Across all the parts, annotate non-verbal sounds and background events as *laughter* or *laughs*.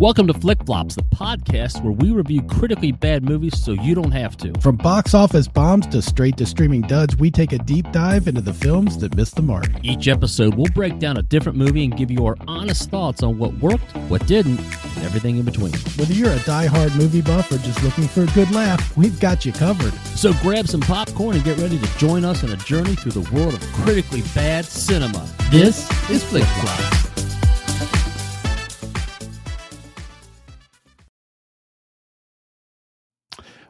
Welcome to Flick Flops, the podcast where we review critically bad movies so you don't have to. From box office bombs to straight to streaming duds, we take a deep dive into the films that missed the mark. Each episode, we'll break down a different movie and give you our honest thoughts on what worked, what didn't, and everything in between. Whether you're a die-hard movie buff or just looking for a good laugh, we've got you covered. So grab some popcorn and get ready to join us on a journey through the world of critically bad cinema. This is Flick Flops.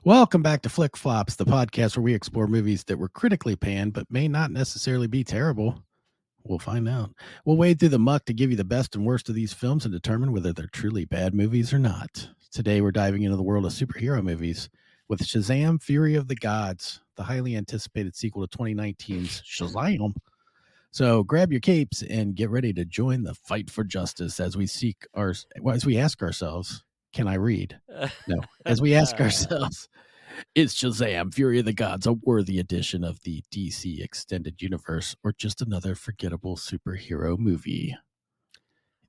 Welcome back to Flick Flops, the podcast where we explore movies that were critically panned but may not necessarily be terrible. We'll find out. We'll wade through the muck to give you the best and worst of these films and determine whether they're truly bad movies or not. Today, we're diving into the world of superhero movies with Shazam Fury of the Gods, the highly anticipated sequel to 2019's Shazam. So grab your capes and get ready to join the fight for justice as we seek our, as we ask ourselves, can I read? No. As we ask ourselves, is Shazam Fury of the Gods a worthy addition of the DC extended universe or just another forgettable superhero movie?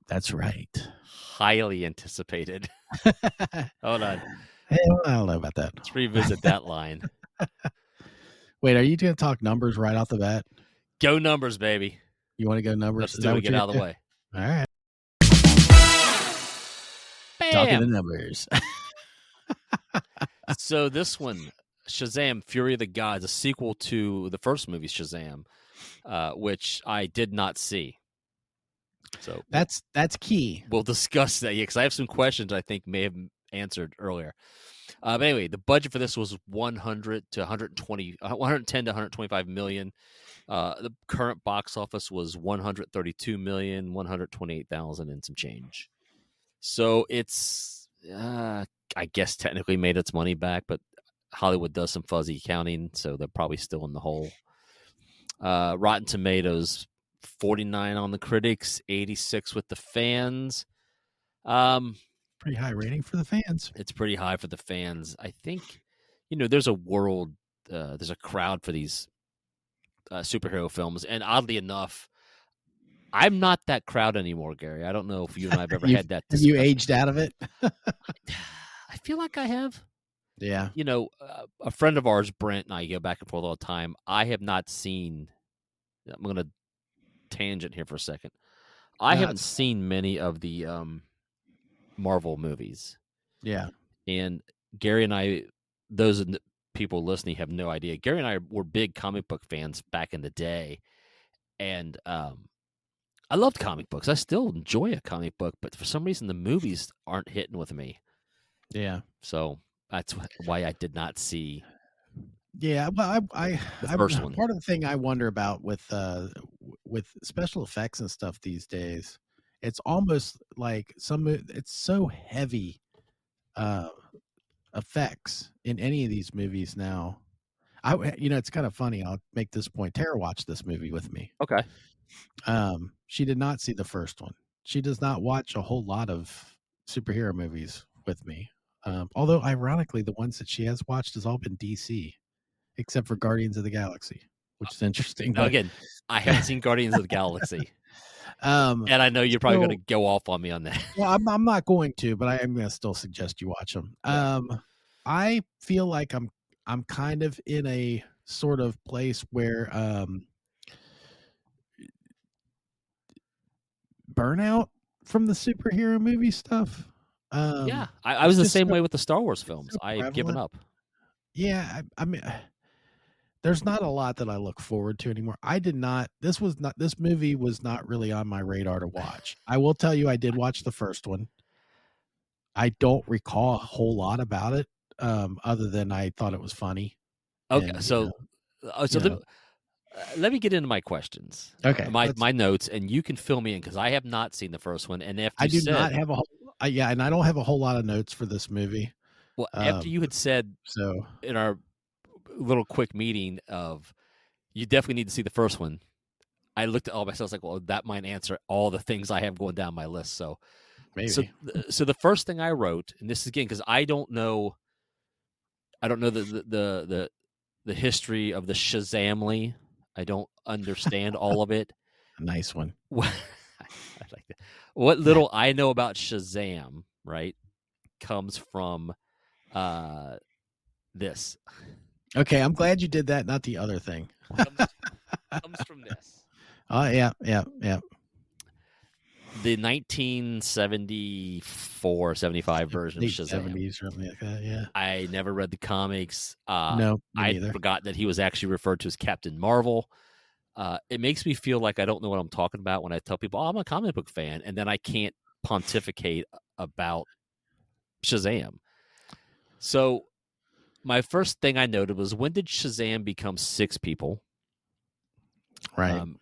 That's right. highly anticipated. *laughs* Hey, Hold on, I don't know about that. let's revisit that line. *laughs* Wait, are you going to talk numbers right off the bat? Go numbers, baby. You want to go numbers? Let's Is that do it. what Get you're out of the way. gonna do? *laughs* All right. Talking Bam. the *laughs* numbers. so this one, Shazam: Fury of the Gods, a sequel to the first movie, Shazam, uh, which I did not see. So That's that's key. we'll discuss that because I have some questions I think may have m- answered earlier. Uh, but anyway, the budget for this was 100 to 120, uh, 110 to 125 million. Uh, the current box office was 132 million, 128,000 and some change. So it's, uh, I guess, technically made its money back, but Hollywood does some fuzzy counting, so they're probably still in the hole. Uh, Rotten Tomatoes 49 on the critics, 86 with the fans. Um, Pretty high rating for the fans. it's pretty high for the fans. I think, you know, there's a world, uh, there's a crowd for these uh, superhero films, and oddly enough, I'm not that crowd anymore, Gary. I don't know if you and I've *laughs* ever You've- had that. Have you discussion. aged out of it? *laughs* *sighs* I feel like I have. yeah. you know, uh, a friend of ours, Brent, and I go back and forth all the time. I have not seen. I'm going to tangent here for a second. I No, haven't it's- seen many of the um, Marvel movies, Yeah. and Gary and I, those in the- people listening have no idea. Gary and I were big comic book fans back in the day, and um, I loved comic books. I still enjoy a comic book, but for some reason, the movies aren't hitting with me. Yeah. So that's wh- why I did not see Yeah, well, I, I, The I first one. part of the thing I wonder about with uh, w- with special effects and stuff these days, it's almost like some. mo- It's so heavy, uh, effects in any of these movies now. I, w- you know, it's kind of funny. I'll make this point. Tara watched this movie with me. Okay. Um, she did not see the first one. She does not watch a whole lot of superhero movies with me. Um, although ironically, the ones that she has watched has all been DC, except for Guardians of the Galaxy, which is interesting. Now, but, again, I haven't seen Guardians of *laughs* the Galaxy, um, and I know you're probably So- going to go off on me on that. well, I'm, I'm not going to, but I am going to still suggest you watch them. Yeah. Um, I feel like I'm I'm kind of in a sort of place where um, burnout from the superhero movie stuff. Um, yeah, I, I was the just same so- way with the Star Wars films. so I've given up. Yeah, I, I mean, uh, there's not a lot that I look forward to anymore. I did not. This was not. This movie was not really on my radar to watch. I will tell you, I *laughs* did watch the first one. I don't recall a whole lot about it, um, other than I thought it was funny. Okay, and, you so uh, so you let, know. uh, let me get into my questions, Okay, my let's- my notes, and you can fill me in because I have not seen the first one. And after I you do said, not have a whole. I, yeah, and I don't have a whole lot of notes for this movie. well, after um, you had said So in our little quick meeting of you definitely need to see the first one. I looked at all myself. I was like, well, that might answer all the things I have going down my list. So maybe. So, th- uh, so the first thing I wrote, and this is again because I don't know, I don't know the the the the, the history of the Shazamly. I don't understand all of it. *laughs* a nice one. What, I like that. what little I know about Shazam, right, comes from uh, this. Okay, I'm glad you did that, not the other thing. Comes, comes from this. Oh yeah, yeah, yeah. The 1974 75 version of Late Shazam. 70s, something like that. Yeah. I never read the comics. Uh, no, me I neither. forgot that he was actually referred to as Captain Marvel. Uh, it makes me feel like I don't know what I'm talking about when I tell people, oh, I'm a comic book fan, and then I can't pontificate about Shazam. So, my first thing I noted was when did Shazam become six people? Right. Um,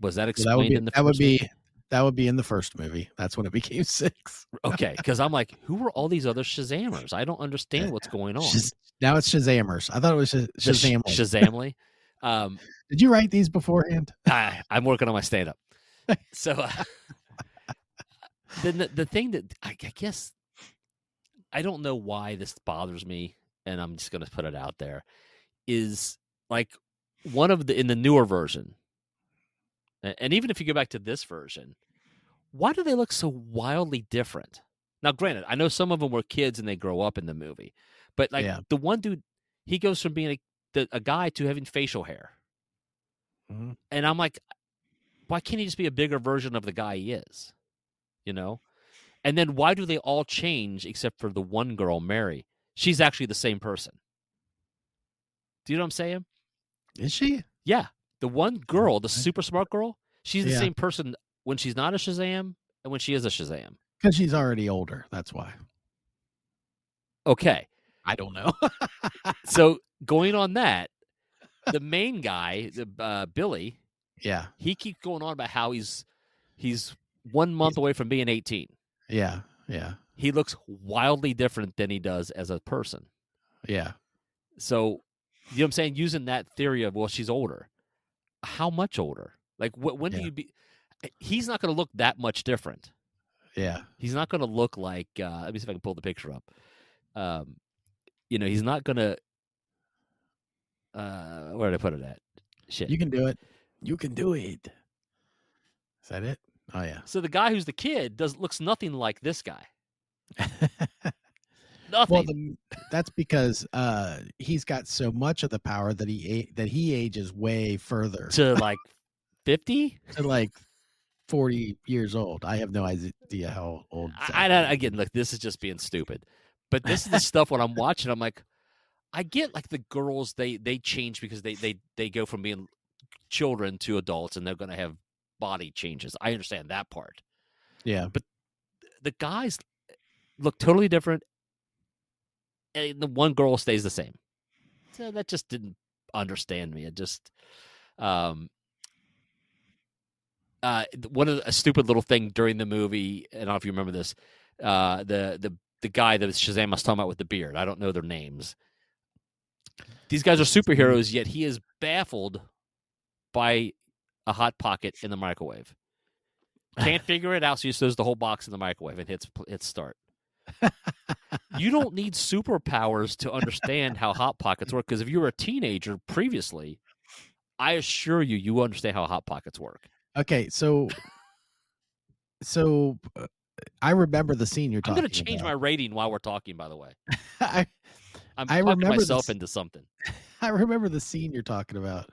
was that So explained that would be in the that would first one? be that would be in the first movie. That's when it *laughs* became six. *laughs* okay? Because I'm like, who were all these other Shazamers? I *laughs* don't understand what's going on. Shaz- now it's Shazamers. I thought it was Shaz- The Sh- Shazam. Shazamly. Um, Did you write these beforehand? I, I'm working on my stand up. So uh, *laughs* then the, the thing that I, I guess I don't know why this bothers me, and I'm just going to put it out there is like one of the in the newer version, a- and even if you go back to this version, why do they look so wildly different? Now, granted, I know some of them were kids and they grow up in the movie, but like Yeah. the one dude, he goes from being a, the, a guy to having facial hair and I'm like, why can't he just be a bigger version of the guy he is? You know? And then why do they all change except for the one girl, Mary? She's actually the same person. Do you know what I'm saying? Is she? Yeah. The one girl, the Okay. super smart girl, she's the Yeah. same person when she's not a Shazam and when she is a Shazam. Because she's already older. That's why. Okay. I don't know. *laughs* So going on that, the main guy, the, uh, Billy, yeah. he keeps going on about how he's he's one month away from being 18. Yeah. Yeah. he looks wildly different than he does as a person. Yeah. So, you know what I'm saying? Using that theory of, well, she's older. How much older? Like, wh- when do Yeah. you be? eh, He's not going to look that much different. Yeah. He's not going to look like, uh, let me see if I can pull the picture up. Um, you know, he's not going to, uh, where did I put it at? Shit. You can do it. You can do it. Is that it? Oh yeah. so the guy who's the kid does looks nothing like *laughs* this guy. Nothing. well, the, that's because uh, he's got so much of the power that he a- that he ages way further to like 50? to like forty years old. I have no idea how old. I, I don't, exactly. again, look, this is just being stupid, but this is the stuff when I'm watching, I'm like, I get like the girls they they change because they they they go from being children to adults and they're going to have body changes. I understand that part. yeah, The guys look totally different, and the one girl stays the same. So that just didn't understand me. It just, um. Uh, one of the, a stupid little thing during the movie, and I don't know if you remember this, uh, the the the guy that Shazam I was talking about with the beard. I don't know their names. These guys are superheroes, yet he is baffled by a hot pocket in the microwave. Can't figure it out, so he just throws the whole box in the microwave and hits pl- *laughs* hits start. you don't need superpowers to understand how hot pockets work because if you were a teenager previously, I assure you, you understand how hot pockets work. okay. So, so uh, I remember the scene you're I'm talking. going to change my rating while we're talking. By the way, my. *laughs* I, I'm I talking remember myself this- into something. I remember the scene you're talking about,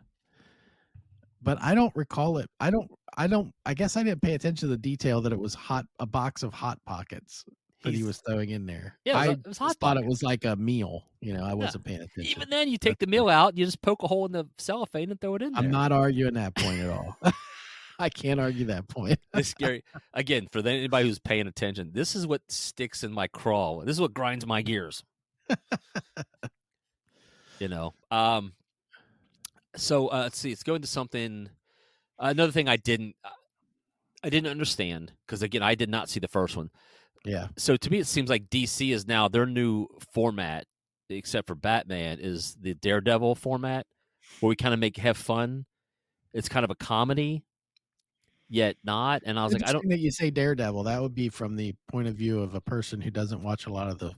but I don't recall it. I don't. I don't. I guess I didn't pay attention to the detail that it was hot. A box of hot pockets that he He's- was throwing in there. Yeah, it was, I it was hot just thought it pockets. was like a meal. You know, I wasn't paying attention. Even then, you take the meal out, you just poke a hole in the cellophane and throw it in there. I'm not arguing that point at all. *laughs* I can't argue that point. This is scary. Again, for the- anybody who's paying attention, this is what sticks in my crawl. This is what grinds my gears. you know. Um. So uh, let's see. Let's go into something. Another thing I didn't, uh, I didn't understand because again, I did not see the first one. Yeah. so to me it seems like DC is now their new format, except for Batman, is the Daredevil format, where we kind of make have fun. It's kind of a comedy, yet not. And I was like, I don't. Interesting that you say Daredevil. That would be from the point of view of a person who doesn't watch a lot of the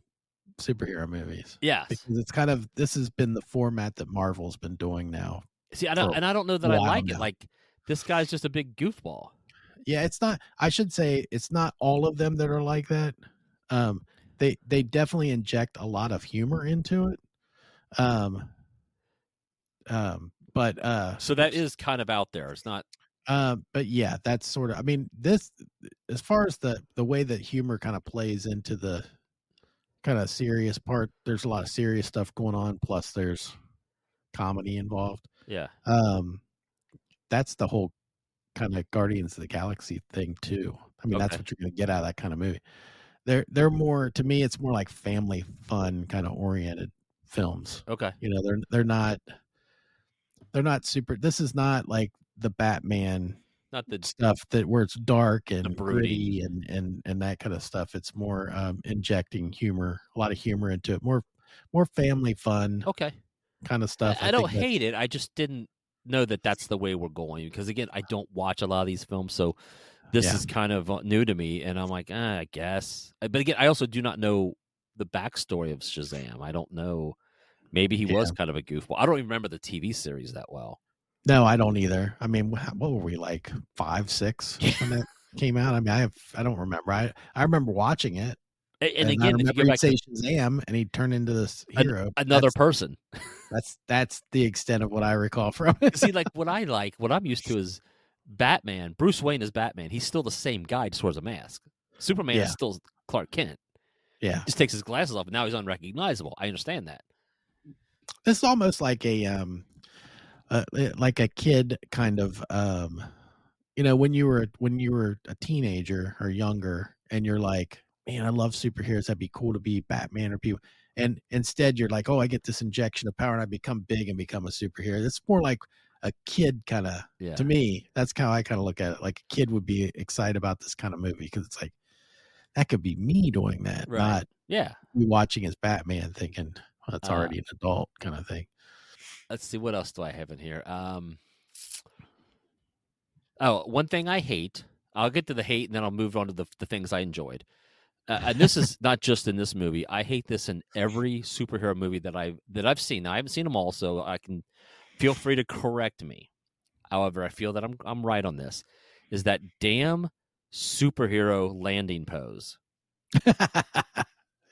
superhero movies. Yeah. Because it's kind of this has been the format that Marvel's been doing now See, I don't, for and I don't know that a I while like it. now. Like this guy's just a big goofball. Yeah, it's not. I should say it's not all of them that are like that. Um, they they definitely inject a lot of humor into it. Um, um, but uh, So that is kind of out there. It's not. um, but yeah, that's sort of. I mean, this as far as the the way that humor kind of plays into the kind of serious part. There's a lot of serious stuff going on. Plus, there's comedy involved. Yeah. Um, that's the whole kind of Guardians of the Galaxy thing too. I mean, that's Okay. what you're gonna get out of that kind of movie. They're they're more to me. It's more like family fun kind of oriented films Okay. you know they're they're not they're not super this is not like the batman Not the stuff that where it's dark and broody broody. and and and that kind of stuff it's more um injecting humor a lot of humor into it more more family fun Okay. kind of stuff Oh, I, I don't think that- hate it. I just didn't know that that's the way we're going because again, I don't watch a lot of these films, so this Yeah. is kind of uh, new to me. And I'm like, ah, I guess. Uh, But again, I also do not know the backstory of Shazam. I don't know. Maybe he was kind of a goofball. I don't even remember the TV series that well. no i don't either i mean wha- what were we like five *laughs* six when that came out i mean i have i don't remember i i remember watching it A- And, i again, if you remember go he'd back say to shazam and he'd turn into this An- hero but another that's, person, that's that's the extent of what i recall *laughs* from it see, like what I like, what I'm used to is Batman. Bruce Wayne is Batman. He's still the same guy, just wears a mask. Superman Yeah. is still Clark Kent. yeah Just takes his glasses off, and now he's unrecognizable. I understand that. this is almost like a um uh, like a kid kind of um you know when you were when you were a teenager or younger and you're like man i love superheroes that'd be cool to be batman or people and instead you're like oh i get this injection of power and i become big and become a superhero it's more like a kid kind of Yeah. to me that's how i kind of look at it like a kid would be excited about this kind of movie because it's like that could be me doing that Right. not Yeah. me watching as batman thinking well, that's Uh, already an adult kind of thing Let's see. What else do I have in here? Um. Oh, one thing I hate. I'll get to the hate, and then I'll move on to the the things I enjoyed. Uh, and this *laughs* is not just in this movie. I hate this in every superhero movie that I that I've seen. I haven't seen them all, so I can feel free to correct me. However, I feel that I'm I'm right on this. Is that damn superhero landing pose? *laughs*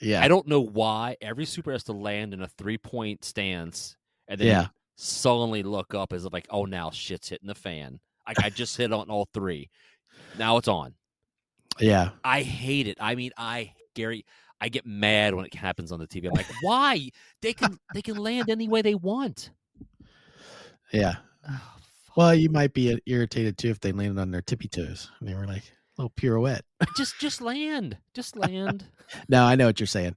yeah. I don't know why every super has to land in a three point stance and then yeah. sullenly look up as if like, oh, now shit's hitting the fan. Like I just hit on all three. Now it's on. Yeah. I hate it. I mean, I Gary, I get mad when it happens on the TV. I'm *laughs* like, why? They can they can land any way *sighs* they want. Yeah. Oh, fuck. Well, you might be uh, irritated too if they landed on their tippy toes and they were like a little pirouette. just just land. Just land. *laughs* No, I know what you're saying.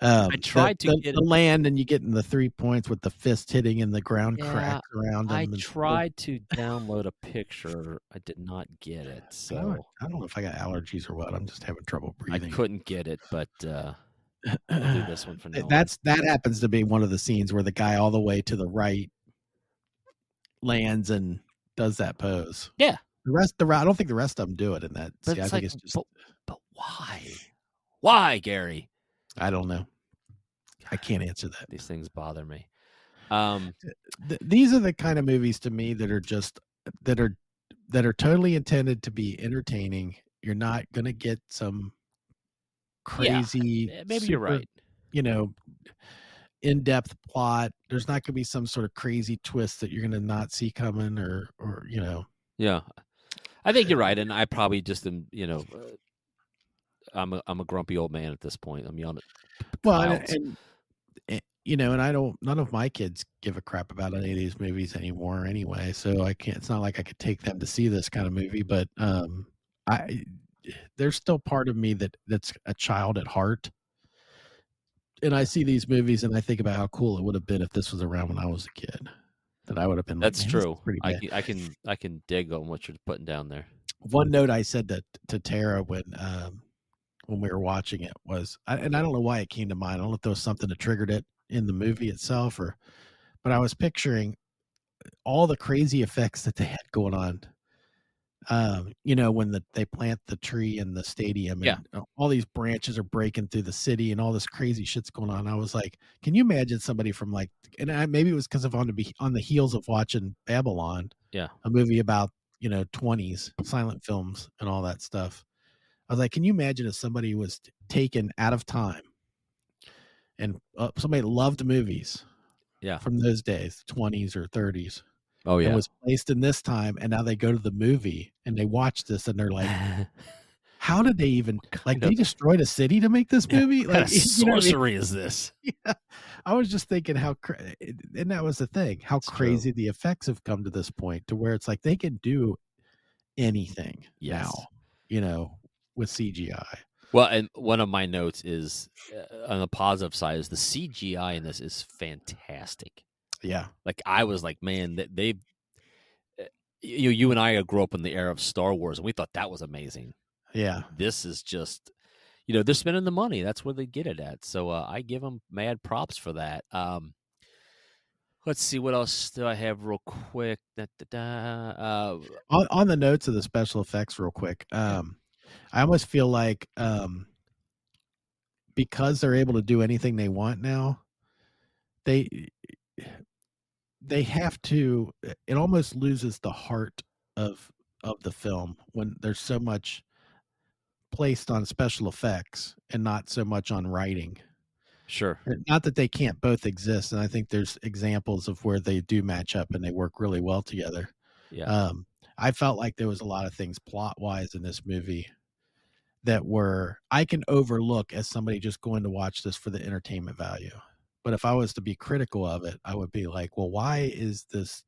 Um, the- tried to the, get the it. land and you get in the three points with the fist hitting and the ground Yeah, crack around them. I and- tried to download a picture. I did not *sighs* get I it. don't, So I don't know if I got allergies or what. I'm just having trouble I breathing. couldn't get it, but uh I'll *laughs* do this one for now. on. That's that happens to be one of the scenes where the guy all the way to the right lands and does that pose. Yeah. The rest, the I don't think the rest of them do it in that. But See, I it's think like, it's just but, but why? Why, Gary? I don't know. I can't answer that. These things bother me. Um, Th- these are the kind of movies to me that are just that are that are totally intended to be entertaining. You're not going to get some Yeah, crazy eh, maybe you're super, right. You know, in-depth plot. There's not going to be some sort of crazy twist that you're going to not see coming or or you know. Yeah, I think you're right, and I probably just am. You know, uh, I'm a I'm a grumpy old man at this point. I'm yelling. at- Well, and, clouds. and- and, you know, and I don't. None of my kids give a crap about any of these movies anymore, anyway. So I can't. It's not like I could take them to see this kind of movie. But um, I there's still part of me that that's a child at heart, and I see these movies and I think about how cool it would have been if this was around when I was a kid. That I would have been. like, That's "Man, this is true. pretty I bad." can, I can I can dig on what you're putting down there. one note I said to to Tara when um when we were watching it was, I, and I don't know why it came to mind. I don't know if there was something that triggered it in the movie itself, or but I was picturing all the crazy effects that they had going on. Um, you know, when the they plant the tree in the stadium, and uh, Yeah. all these branches are breaking through the city, and all this crazy shit's going on. I was like, can you imagine somebody from like, and I, maybe it was because of on the be on the heels of watching Babylon, Yeah. a movie about you know 20s silent films and all that stuff I was like, can you imagine if somebody was t- taken out of time and uh, somebody loved movies Yeah. from those days, 20s or 30s, Oh and yeah. was placed in this time, and now they go to the movie and they watch this and they're *laughs* like, how did they even, like, of- they destroyed a city to make this Yeah, movie? what *laughs* kind Like, *laughs* of you know what I mean? sorcery is this? I was just thinking how, cra- eh, and that was the thing, how It's true. crazy the effects have come to this point to where it's like they can do anything Yes. now, you know, with CGI. Well, and one of my notes is uh, on the positive side is the CGI in this is fantastic. Yeah. Like I was like, man, that they, uh, you you and I grew up in the era of Star Wars, and we thought that was amazing. Yeah. This is just, you know, they're spending the money. That's where they get it at. So uh, I give them mad props for that. Um, let's see what else do I have real quick. Da, da, da. Uh, On, on the notes of the special effects, real quick, um, I almost feel like um, because they're able to do anything they want now, they e, they have to. e, It almost loses the heart of of the film when there's so much placed on special effects and not so much on writing. sure. Uh, Not that they can't both exist, and I think there's examples of where they do match up and they work really well together. Yeah. Um, I felt like there was a lot of things plot wise in this movie that were I can overlook as somebody just going to watch this for the entertainment value. But if I was to be critical of it, I would be like, well, why is this?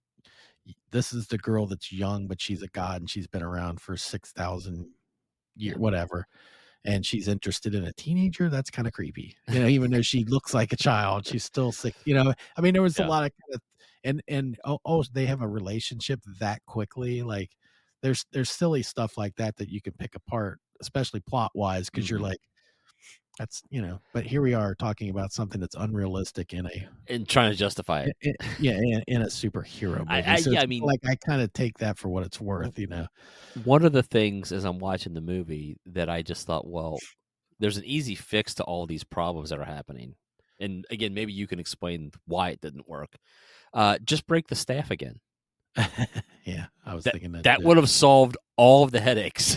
This is the girl that's young, but she's a god and she's been around for 6,000 year, whatever. And she's interested in a teenager. That's kind of creepy. You know, even though she looks like a child, she's still sick. You know, I mean, there was Yeah. a lot of kind of and and oh, oh they have a relationship that quickly like there's there's silly stuff like that that you can pick apart especially plot wise because Mhm. you're like that's you know but here we are talking about something that's unrealistic in a And trying to justify it. i- i- yeah in, in a superhero movie I- I- So yeah, it's I mean- like i kind of take that for what it's worth you know one of the things as I'm watching the movie that I just thought, well, there's an easy fix to all these problems that are happening. And again, maybe you can explain why it didn't work. Uh, just break the staff again. yeah i was thinking that That too. would have solved all of the headaches.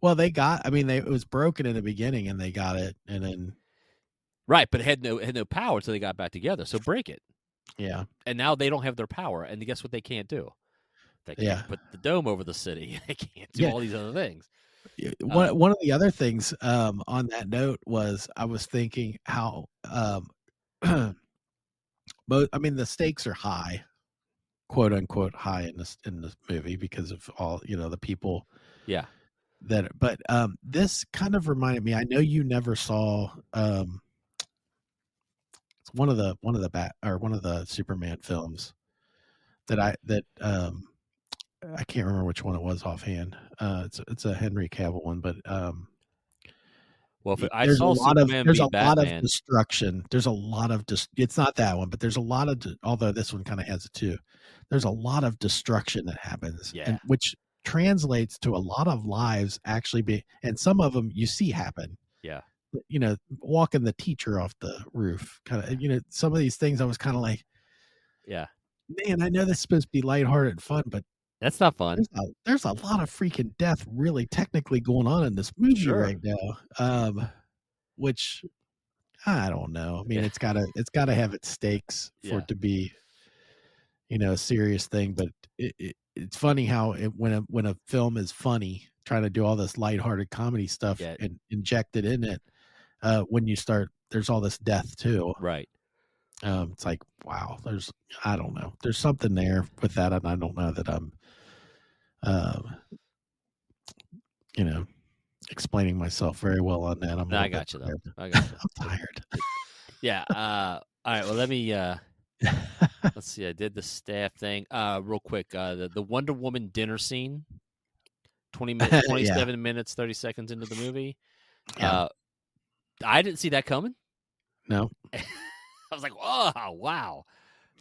well they got i mean they it was broken in the beginning and they got it and then right, but it had no it had no power until they got back together. So break it. yeah And now they don't have their power. And guess what they can't do? They can't Yeah. put the dome over the city. *laughs* They can't do Yeah. all these other things. Yeah, one, Uh, one of the other things um, on that note was I was thinking how, um, *clears throat* both, I mean, the stakes are high, quote unquote, high in this in this movie because of all you know the people Yeah. that. But um, this kind of reminded me. I know you never saw um, it's one of the one of the bat or one of the Superman films that I that um, I can't remember which one it was offhand. Uh, it's it's a Henry Cavill one, but um, Well, if y- it- I there's saw a lot Superman of there's beat a lot Batman. of destruction. There's a lot of dis- it's not that one, but there's a lot of de- although this one kind of has it too. There's a lot of destruction that happens, Yeah. and, which translates to a lot of lives actually be, and some of them you see happen. Yeah. you know, walking the teacher off the roof, kind of. You know, some of these things I was kind of like, yeah. man, I know this is supposed to be lighthearted and fun, but That's not fun. there's a, there's a lot of freaking death really technically going on in this movie Sure. right now um which i don't know i mean Yeah. it's gotta it's gotta have its stakes for Yeah. it to be you know a serious thing but it, it, it's funny how it, when a when a film is funny trying to do all this lighthearted comedy stuff Yeah. and inject it in it uh when you start there's all this death too *laughs* Right. um it's like wow there's i don't know there's something there with that and i don't know that i'm um you know explaining myself very well on that i'm a No, I little bit got you though. tired. I got you. i'm tired Yeah. Uh, all right. Well, let me. Uh, let's see. I did the staff thing uh, real quick. Uh, the, the Wonder Woman dinner scene. *laughs* Twenty Yeah. minutes, twenty-seven minutes, thirty seconds into the movie. Yeah. Uh, I didn't see that coming. no *laughs* I was like, "Oh, wow!"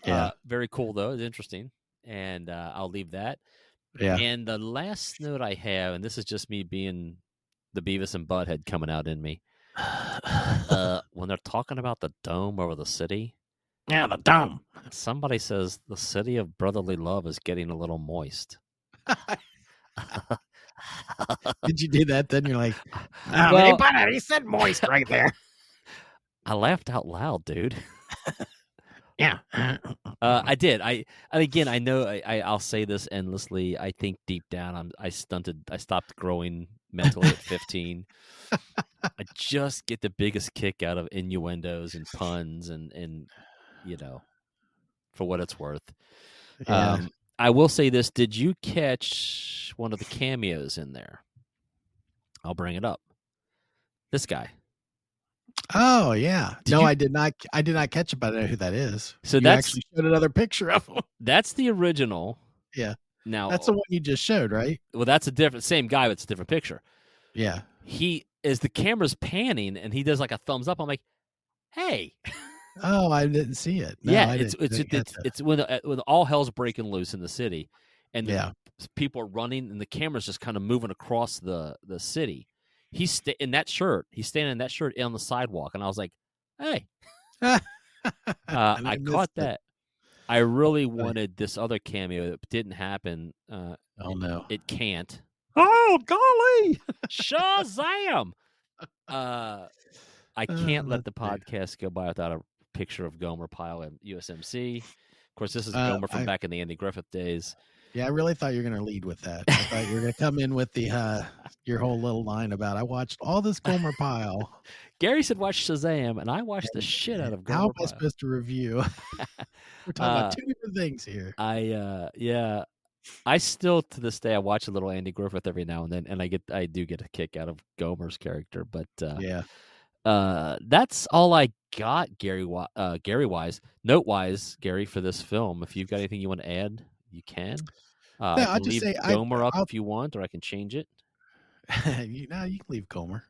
Yeah. Uh, very cool though. It's interesting, and uh, I'll leave that. yeah And the last note I have, and this is just me being the Beavis and Butthead coming out in me. Uh, when they're talking about the dome over the city, yeah the dumb Somebody says the city of brotherly love is getting a little moist. I *laughs* Did you do that? Then you're like, Oh, Well- he, put it- he said moist right *laughs* there. I laughed out loud, dude. Yeah. Uh, Mm-hmm. I did. I and again, I know. I, I I'll say this endlessly. I think deep down, I'm I stunted. I stopped growing mentally at 15. *laughs* I just get the biggest kick out of innuendos and puns and and you know, for what it's worth. yeah. Um, I will say this: Did you catch one of the cameos in there? I'll bring it up. This guy. oh yeah. did No, you- I did not. I did not catch it, but I know who that is. So you that's actually showed another picture of him. *laughs* that's the original. Yeah. Now That's the one you just showed, right? well, that's a different same guy, but it's a different picture. Yeah. He as the camera's panning and he does like a thumbs up. I'm like, hey, Oh, I didn't see it. No, yeah, I it's didn't- it's didn't it's, catch it's, that. when uh, when all hell's breaking loose in the city, and the yeah. s- people are running and the camera's just kind of moving across the the city. He's sta- in that shirt. He's standing in that shirt on the sidewalk, and I was like, *laughs* "Hey, uh, And I, missed caught it. that." I really wanted this other cameo that didn't happen. Uh, Oh no. it can't. oh golly! Shazam! Uh, I *laughs* can't Uh, let the let's podcast go by without a picture of Gomer Pyle and USMC. Of course, this is Uh, Gomer from I- back in the Andy Griffith days. Yeah, I really thought you were going to lead with that. I thought you were going to come in with the uh your whole little line about I watched all this Gomer Pyle. Gary said, "Watch Shazam," and I watched the *laughs* shit out of How Gomer am I Pyle. supposed to review? *laughs* we're talking Uh, about two different things here. I uh yeah. I still to this day I watch a little Andy Griffith every now and then and I get I do get a kick out of Gomer's character, but uh yeah. *laughs* uh that's all I got Gary Wi- uh Gary Wise. Note wise, Gary for this film. If you've got anything you want to add, you can. Uh, No, I I'll can just leave say I- Gomer up I'll- if you want, or I can change it. you, now you can leave Gomer.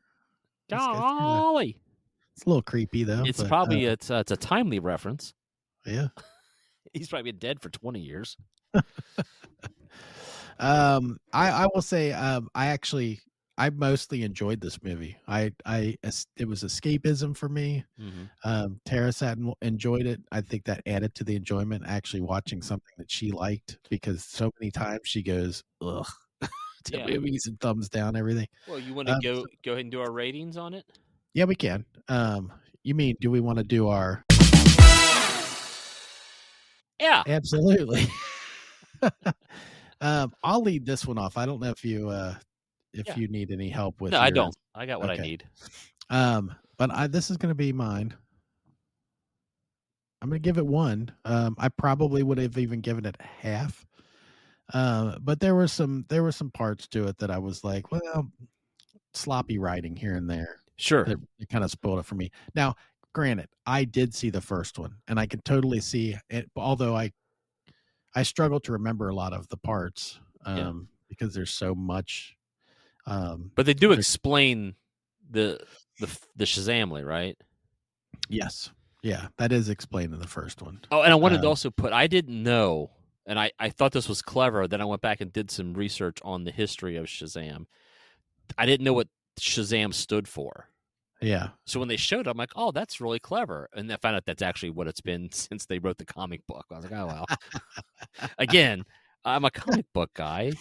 That's good. Golly, It's a little creepy though. it's but, uh, probably it's uh, it's a timely reference. *laughs* yeah. He's probably been dead for twenty years. Um, I I will say um I actually I mostly enjoyed this movie. I I es- it was escapism for me. Um, Tara sat and w- enjoyed it. I think that added to the enjoyment actually watching something that she liked because so many times she goes ugh *laughs* to Yeah. movies and thumbs down everything. Well, you want Um, to go go ahead and do our ratings on it? Yeah, we can. Um, you mean do we want to do *laughs* our Yeah. Absolutely. um, I'll lead this one off. I don't know if you uh if Yeah. you need any help *laughs* with no, I yours. don't. I got what I Okay. need. Um, but I this is going to be mine. I'm going to give it one. Um, I probably would have even given it half. Um, but there were some there were some parts to it that I was like, well, sloppy writing here and there. Sure. That it kind of spoiled it for me. Now, granted, I did see the first one, and I can totally see it. Although I, I struggle to remember a lot of the parts um, Yeah. because there's so much. Um, But they do There's- explain the the f- the Shazamly, right? yes, yeah, that is explained in the first one. Oh, and I wanted to Um, also put I didn't know, and I I thought this was clever. Then I went back and did some research on the history of Shazam. I didn't know what Shazam stood for. Yeah, So when they showed, it, I'm like, "Oh, that's really clever," and I found out that's actually what it's been *laughs* since they wrote the comic book. I was like, "Oh wow!" *laughs* Again, I'm a comic book guy.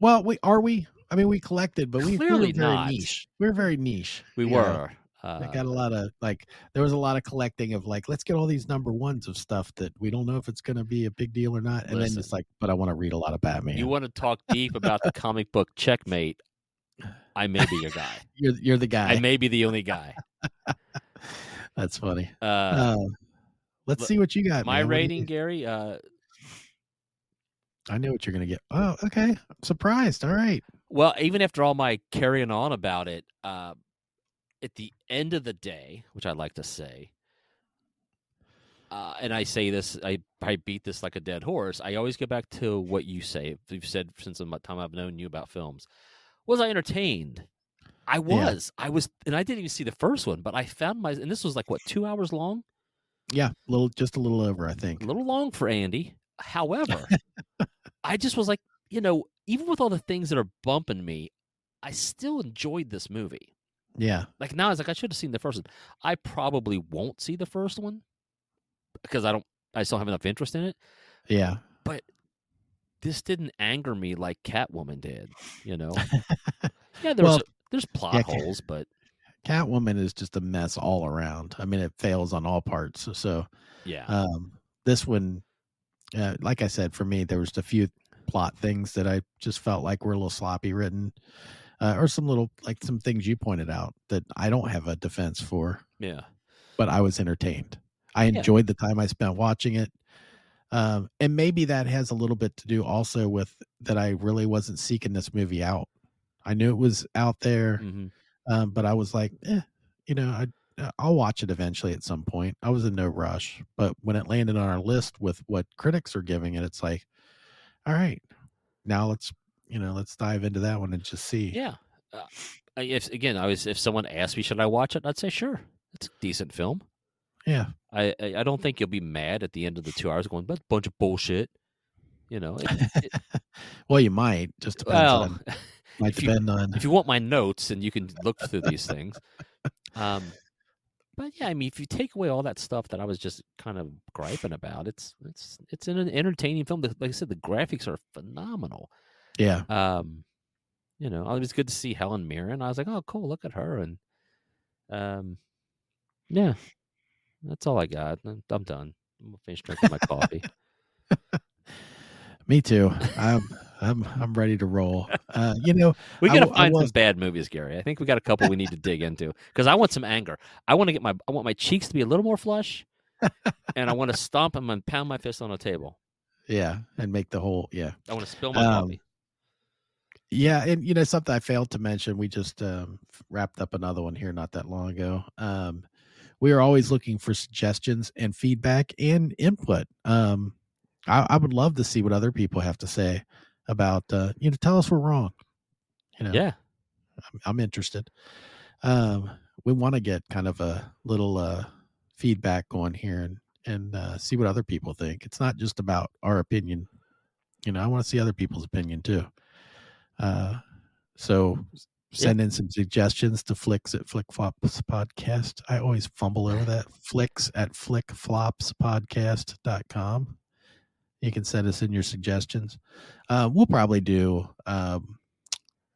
Well, we are we. I mean, we collected, but we, we were Clearly very not. niche. We were very niche. We you know. were. I Uh, got a lot of like. There was a lot of collecting of like. Let's get all these number ones of stuff that we don't know if it's going to be a big deal or not. And Listen. then it's like, but I want to read a lot of Batman. you want to talk deep about the comic book checkmate? I may be your guy. you're you're the guy. *laughs* I may be the only guy. That's funny. Uh, Um, let's le- see what you got. my Uh, man. What do you- rating, Gary. Uh, I know what you're going to get. Oh, okay. I'm surprised. All right. well, even after all my carrying on about it, uh, at the end of the day, which I like to say, uh, and I say this, I I beat this like a dead horse. I always go back to what you say. You've said since the mo- time I've known you about films. Was I entertained? I was. I was, and I didn't even see the first one, but I found my, and this was like what two hours long. Yeah, little, just a little over, I think. a little long for Andy. However, *laughs* I just was like, you know, even with all the things that are bumping me, I still enjoyed this movie. Yeah, Like now, I was like, I should have seen the first one. I probably won't see the first one because I don't, I just don't have enough interest in it. yeah. this didn't anger me like Catwoman did. *laughs* You know, yeah, there Well, was a, there's plot yeah, Cat- holes, but Catwoman is just a mess all around. I mean, it fails on all parts. So yeah, um, this one, uh, like I said, for me, there was a few plot things that I just felt like were a little sloppy written, uh, or some little like some things you pointed out that I don't have a defense for, yeah, but I was entertained. I Yeah. enjoyed the time I spent watching it. Um, and maybe that has a little bit to do also with that I really wasn't seeking this movie out. I knew it was out there hmm um, but I was like, eh, you know, I uh, I'll watch it eventually at some point. I was in no rush, but when it landed on our list with what critics are giving it, it's like, all right, now let's you know let's dive into that one and just see. yeah. Uh, I- if again, I was if someone asked me should I watch it, I'd say sure. It's a decent film. Yeah. I I I don't think you'll be mad at the end of the two hours going, but bunch of bullshit. You know, it- it- Well, you might just depends well, on might if you- depend on *laughs* if you want my notes and you can look through these things um but yeah i mean if you take away all that stuff that i was just kind of griping about it's it's it's an entertaining film The- like i said the graphics are phenomenal yeah um you know it was good to see helen mirren i was like oh cool look at her and um yeah that's all i got i'm I'm done i'm gonna finish drinking my coffee me too. I'm I'm I'm ready to roll. Uh, you know, *laughs* we I gotta w- I find some was- bad movies gary i think we got a couple we need to dig into because i want some anger i want to get my i want my cheeks to be a little more flush and i *laughs* want to stomp 'em and pound my fist on a table yeah, and make the whole yeah. i want to spill my Um, coffee Yeah, and you know something I failed to mention. We just um, f- wrapped up another one here not that long ago. Um, we are always looking for suggestions and feedback and input. Um, I, I would love to see what other people have to say about uh, you know. Tell us we're wrong. You know, yeah I'm, I'm interested. Um, we want to get kind of a little uh, feedback going here and and uh, see what other people think. It's not just about our opinion. You know, I want to see other people's opinion too. Uh, so s- Yeah. send in some suggestions to flicks at flick flops podcast. I always fumble over that flicks at flick flops podcast.com. You can send us in your suggestions. Uh, we'll probably do um,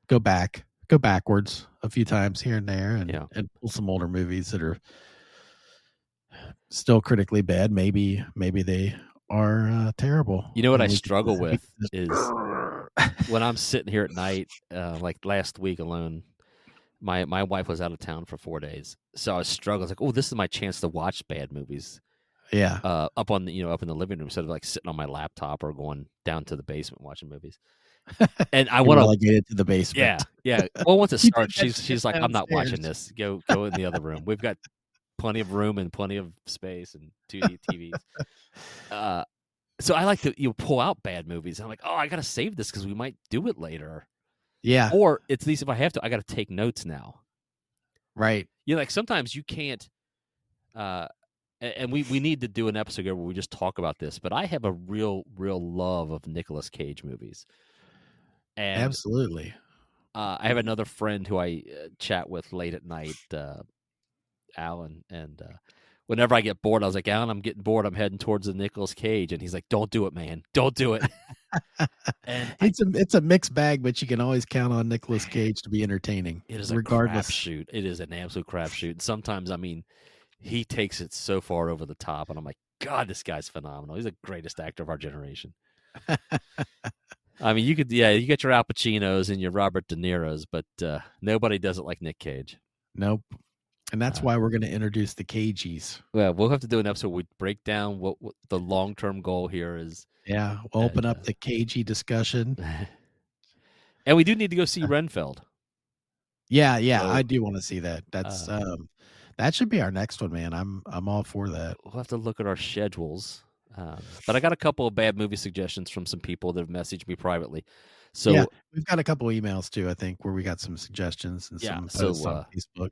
go back, go backwards a few times here and there, and Yeah. and pull some older movies that are still critically bad. Maybe maybe they are uh, terrible. you know what and i we can- struggle with is Grrr. when i'm sitting here at night uh, like last week alone my my wife was out of town for four days so i was struggling I was like oh this is my chance to watch bad movies Yeah, uh, up on the you know up in the living room instead of like sitting on my laptop or going down to the basement watching movies and i I want want to relegated to the basement. Yeah, yeah. *laughs* Well, once it You starts, did that she's shit she's like, "I'm not watching downstairs." this. Go go in the other room. We've got plenty of room and plenty of space and 2D TVs." Uh, so I like to you know, pull out bad movies. I'm like, "Oh, I gotta save this because we might do it later." yeah, Or at least if I have to, I gotta take notes now. right. You know, like sometimes you can't. Uh, a- and we we need to do an episode here where we just talk about this. But I have a real real love of Nicolas Cage movies. And Absolutely. uh, I have another friend who I uh, chat with late at night, uh, Alan, and uh, whenever I get bored, I was like, Alan, I'm getting bored. I'm heading towards the Nicolas Cage, and he's like, Don't do it, man. Don't do it. and It's a it's a mixed bag, but you can always count on Nicolas Cage to be entertaining. it is a regardless. crapshoot. It is an absolute crapshoot. And sometimes, I mean, he takes it so far over the top, and I'm like, God, this guy's phenomenal. He's the greatest actor of our generation. I mean, you could, yeah, you got your Al Pacinos and your Robert De Niro's, but uh, nobody does it like Nick Cage. Nope. And that's Uh, why we're going to introduce the Cages. Yeah, we'll have to do an episode. where We break down what, what the long term goal here *laughs* is, Yeah, we'll uh, open uh, up the cagey discussion. and we do need to go see Renfeld. Yeah, yeah, So, I do want to see that. That's uh, um that should be our next one, man. I'm I'm all for that. We'll have to look at our schedules. Um, but I got a couple of bad movie suggestions from some people that have messaged me privately. So Yeah, We've got a couple emails too, I think, where we got some suggestions and Yeah, some so, posts uh, on Facebook.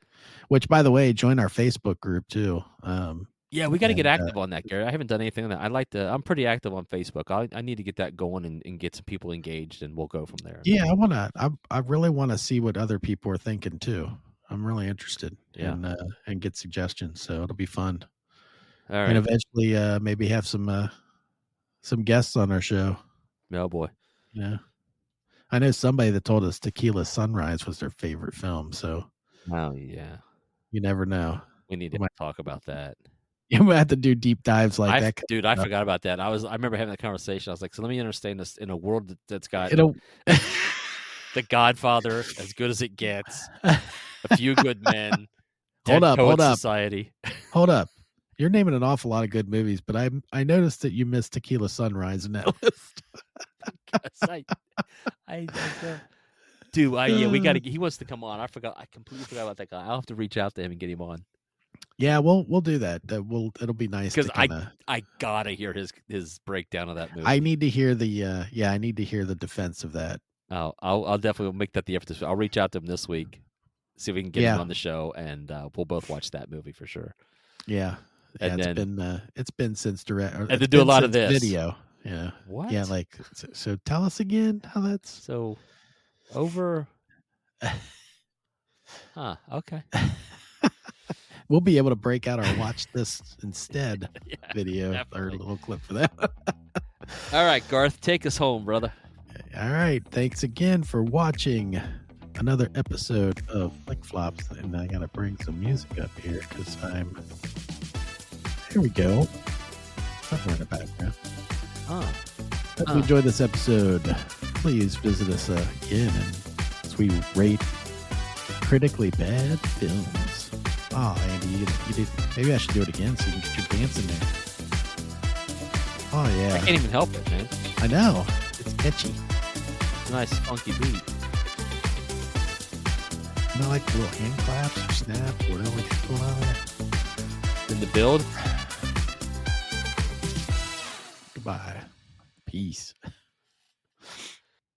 Which by the way, join our Facebook group too. Um yeah, we got to get And, uh, active on that, Gary. I haven't done anything on that. I like to. I'm pretty active on Facebook. I, I need to get that going and, and get some people engaged, and we'll go from there. yeah, I want to I I really want to see what other people are thinking too. I'm really interested Yeah. in uh, and get suggestions, so it'll be fun. All right. And eventually uh maybe have some uh some guests on our show. oh boy. Yeah. I know somebody that told us Tequila Sunrise was their favorite film, so Oh yeah, you never know. *laughs* we need to Oh, My- talk about that. You might have to do deep dives like I, that. f- dude, I up. forgot about that. I was I remember having that conversation. I was like, so let me understand this in a world that, that's got It'll The Godfather, as good as it gets, *laughs* A Few Good Men, Hold Dead up, Poets hold up. Society. *laughs* hold up. You're naming an awful lot of good movies, but I I noticed that you missed Tequila Sunrise *laughs* in that list. Yes, I, I, I know. Dude, I, yeah, we got *laughs* to. He wants to come on. I forgot. I completely forgot about that guy. I'll have to reach out to him and get him on. Yeah, we'll we'll do that. That will it'll be nice to 'Cause I- kinda- I gotta hear his his breakdown of that movie. I need to hear the uh yeah, I need to hear the defense of that. I'll, I'll I'll definitely make that the effort. This, I'll reach out to him this week, see if we can get Yeah. him on the show, and uh, we'll both watch that movie for sure. Yeah. Yeah, And it's then- been uh, it's been since direct or to it's do a been lot of since this. video. Yeah. What? Yeah, like so, so tell us again how that's so *laughs* over. huh. Okay. we'll be able to break out our *laughs* watch this instead Yeah. video or definitely. little clip for that. All right, Garth, take us home, brother. All right. Thanks again for watching another episode of Flick Flops. And I got to bring some music up here because I'm. Here we go. Somewhere in the background. Huh. Hope Uh. you enjoyed this episode. Please visit us uh, again as we rate critically bad films. Oh, Andy, you, you did. Maybe I should do it again so you can get your dance in there. Oh, I yeah. can't even help it, man. I know. It's catchy. It's a nice funky beat. You know, like the little hand claps or snap or whatever you pull out of there. In the build. Goodbye. Peace.